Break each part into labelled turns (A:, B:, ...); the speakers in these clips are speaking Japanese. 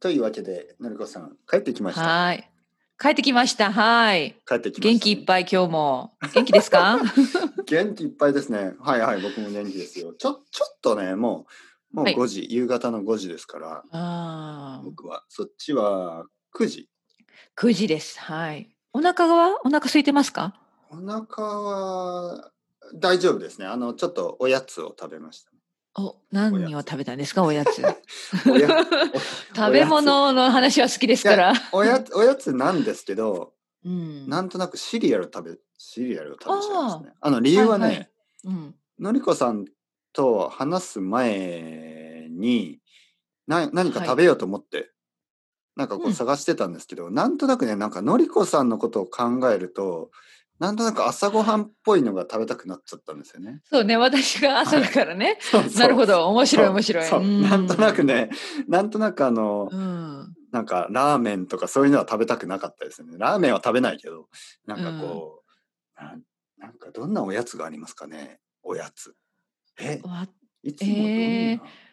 A: というわけで、のりこさん、帰ってきました。
B: はい。帰ってきました。はい。
A: 帰ってきました、
B: 元気いっぱい今日も。元気です か
A: い。元気いっぱいですね。はいはい、僕も元気ですよ。ちょ、ちょっとね、もう、もう
B: はい
A: 5時、夕方の5時ですから、
B: ああ。
A: 僕は、そっちは9時。
B: 9時です。はい。お腹はお腹空いてますか
A: お腹は大丈夫ですね。あの、ちょっとおやつを食べました。
B: お、何を食べたんですかおやつ。
A: おや
B: 食べ物の話は好きですから。
A: おやおやつなんですけど、
B: うん。
A: なんとなくシリアル食べ、シリアルを食べちゃいますね。あの、
B: 理
A: 理由はね、
B: うん。
A: のりこさんと話す前にな何か
B: はい
A: 食べようと思って、なんかこ
B: う
A: うん探してたんですけど、なんとなくねなんかのりこさんのことを考えるとなんとなく朝ごはんっぽいのが食べたくなっちゃったんですよ ね。
B: そうね、私が朝だからね。
A: そうそう
B: なるほど、面白い
A: そう
B: 面白い。
A: そう
B: うん
A: なんとなく。ねなんとなくあの、
B: うん。
A: なんかラーメンとかそういうのは食べたくなかったですね。ラーメンは食べないけどなんかこう、なんなんかどんなおやつがありますかねおやつ。え
B: わ
A: いつもどんな、
B: えー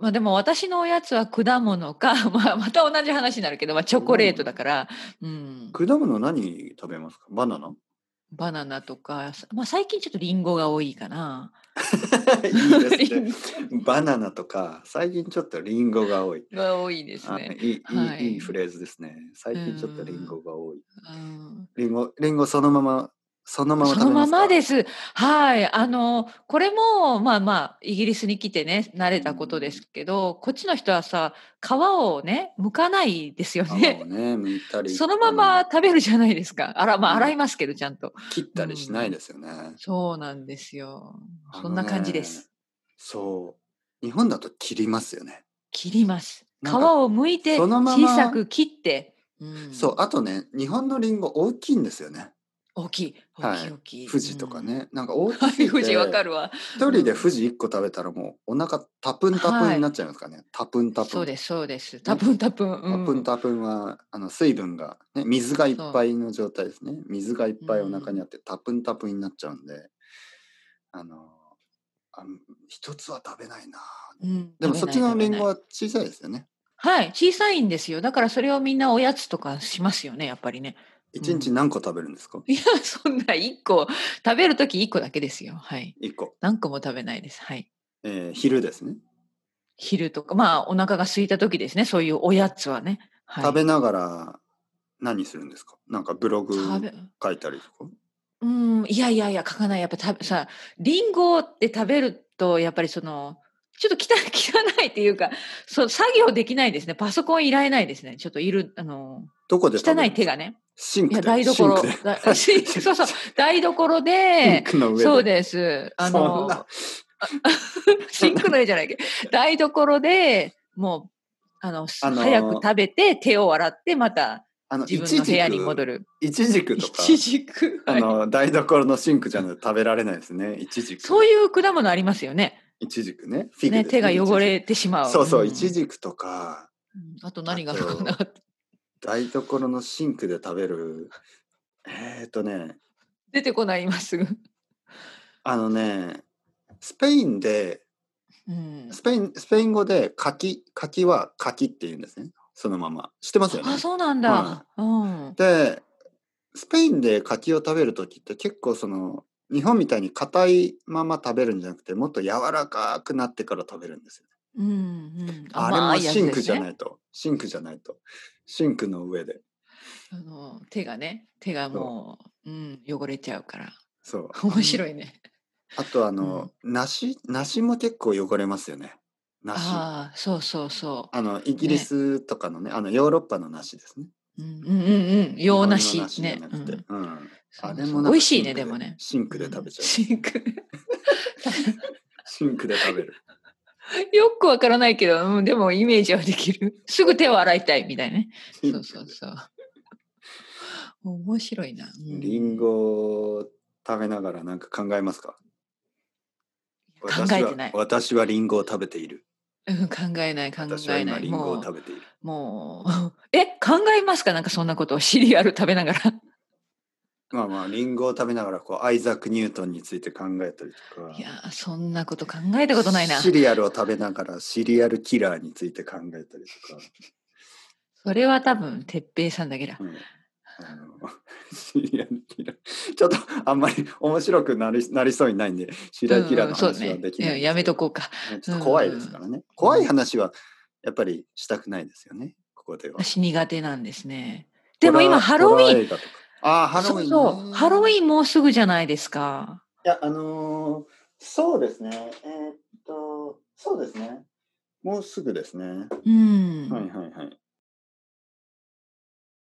B: まあでも私のおやつは果物か、 まあまた同じ話になるけど、まあチョコレートだから、うん、
A: 果物何食べますかバナ ナ
B: バナナとか、まあ最近ちょっとリンゴが多いかな。
A: いいです
B: リン
A: ね。バナナとか、最近ちょっとリンゴが多い。
B: ゴが多いです
A: あ
B: ね。
A: いいい
B: はいい
A: いいフレーズですね。最近ちょっとリンゴが多い。
B: うん
A: リンゴ、リンゴそのまま、そのまま
B: そ
A: 食
B: の
A: べま
B: ます
A: か
B: まです。はい。あの、これも、まあまあ、イギリスに来てね、慣れたことですけど、こっちの人はさ、皮をね、剥かないですよ
A: 皮を
B: ね。
A: ね、剥いたり。
B: そのま
A: あ
B: ま
A: の
B: 食べるじゃないですか。あら、まあ、
A: うん
B: 洗いますけど、ちゃんと。
A: 切ったりしないですよね。
B: そうなんですよ。
A: あのね
B: そんな感じです。。
A: そう。日本だと切りますよね。
B: 切ります。皮
A: なんか
B: を剥いて、
A: そのまま
B: 小さく切って。うん
A: そう。あとね、日本のリンゴ大きいんですよね。
B: 大きい。
A: は
B: 大
A: い
B: きい、大きい。
A: 富士とかね。なんか大
B: うん。は
A: き
B: い、
A: い。
B: 富士わかるわ。
A: 一人で富士1個食べたらもうお腹タプンタプンになっちゃいますからね、タプンタプン
B: そうです、そうです。たぶんたぶん。
A: タ
B: うん
A: プンタプンはあの水分が、ね、水がいっぱいの状態ですね水がいっぱいお腹にあってタプンタプンになっちゃうんであのあ一つは食べないな
B: うん
A: でもそっちの
B: 食べ
A: リ
B: な
A: ン
B: い食べない
A: ゴは小さいですよね
B: はい、小さいんですよ。だからそれをみんなおやつとかしますよね、やっぱりね。 ん
A: 1日何個食べるんですか、
B: いや、そんな1個、食べるとき1個だけですよ。はい。
A: 一1個、
B: 何個も食べないです。はい。
A: えー昼ですね、
B: 昼とか、まあ、お腹が空いたときですね、そういうおやつはね。はい、
A: 食べながら何するんですかなんかブログ
B: 食べ
A: 書いたりとか
B: うん、いやいやいや、書かない。やっぱ食べさ、リンゴって食べると、やっぱりその、ちょっと汚汚い っていうか、そう、作業できないですね。パソコンいられないですね。ちょっといる、あの、
A: どこで食べる
B: 汚
A: ん
B: い
A: です
B: 手
A: か
B: がね。
A: シン
B: い
A: ク
B: や、
A: で
B: 台 所
A: シンクで。
B: だシンクそうそう、台所で
A: シン、クの上で
B: そうです。あ
A: そん
B: の
A: な、
B: シンクの上じゃないけど、台所でもう、あの、
A: あのー
B: 早く食べて、手を洗って、また
A: あの、
B: 自分の部屋に戻
A: る。
B: る。
A: いちじくとか、
B: 一軸。
A: あ
B: はい
A: の、台所のシンクじゃなくて食べられないですね。いちじく。
B: そう
A: う。
B: いう果物ありますよね。
A: いちじくね。フィグ
B: ね
A: です
B: 手が汚
A: いち
B: れてしま
A: じ
B: う。
A: くそうそう、
B: ん
A: いちじくとか、
B: うんあと何があるかな
A: あ。台所のシンクで食べる、えっ、ー、とね、
B: 出てこない、今すぐ。
A: あのね、スペインで、
B: うん
A: スペイン、スペイン語で柿、柿は柿って言うんですね。そのまま。知ってますよね
B: あ、。そうなんだ。うん。
A: で、スペインで柿を食べるときって結構その、日本みたいに硬いまま食べるんじゃなくて、もっと柔らかくなってから食べるんですよ。
B: うんうん。
A: あれもシンクじゃ
B: い
A: ないと、シンクじゃないと、シンクの上で。
B: あの手がね手がもうう、ん、汚れちゃうから
A: そう。
B: 面白いね、
A: あとあの、梨、梨も結構汚れますよね。梨。あ
B: ああそうそうそ
A: の、イギリスとかのね、あの、ヨーロッパの梨ですね。
B: う、うん、うんうんうん洋
A: 日
B: 梨
A: 本の梨じゃ
B: ね
A: な
B: う
A: くて
B: ん
A: うん。
B: そう
A: あれ
B: そ
A: もな
B: う
A: んか
B: 美味しい
A: シン
B: ね
A: クで
B: でもね
A: シンクで食べちゃう。
B: シンク
A: シンクで食べる。
B: よくわからないけど、うん、でもイメージはできるすぐ手を洗いたいみたいなね
A: シン
B: そう
A: ク
B: そう
A: で
B: そう面白いな、うん
A: リンゴを食べながらなんか考えますか
B: 考えてない
A: 私は私はリンゴを食べている。
B: うん考えない考
A: 私は
B: え
A: 今
B: ない
A: リンゴ
B: も
A: を
B: う
A: 食べている。
B: もうえ考えますかなんかそんなことをシリアル食べながら
A: まあまあ、リンゴを食べながら、こう、アイザック・ニュートンについて考えたりとか。
B: いやー、そんなこと考えたことないな。
A: シリアルを食べながら、シリアルキラーについて考えたりとか。
B: それは多分、哲平さんだけだ。
A: うんあの シリアルキラー。ちょっと、あんまり面白くなりなりそうにないんで、シリアルキラーの
B: そう
A: 話
B: ね
A: はできない、
B: うんやめとこうか。
A: ねちょっと怖いですからね。怖い話は、やっぱりしたくないですよね。ここでは。
B: 私苦手なんですね。でも今、ハロウィーン。
A: ン。ああ、ハロウィン、ね。
B: そうそう。ハロウ
A: ン。い
B: ィーンもうすぐじゃないですか。
A: や、あのーそうですね。えーっと、そうですね。もうすぐですね。
B: うん。
A: はいはいはい。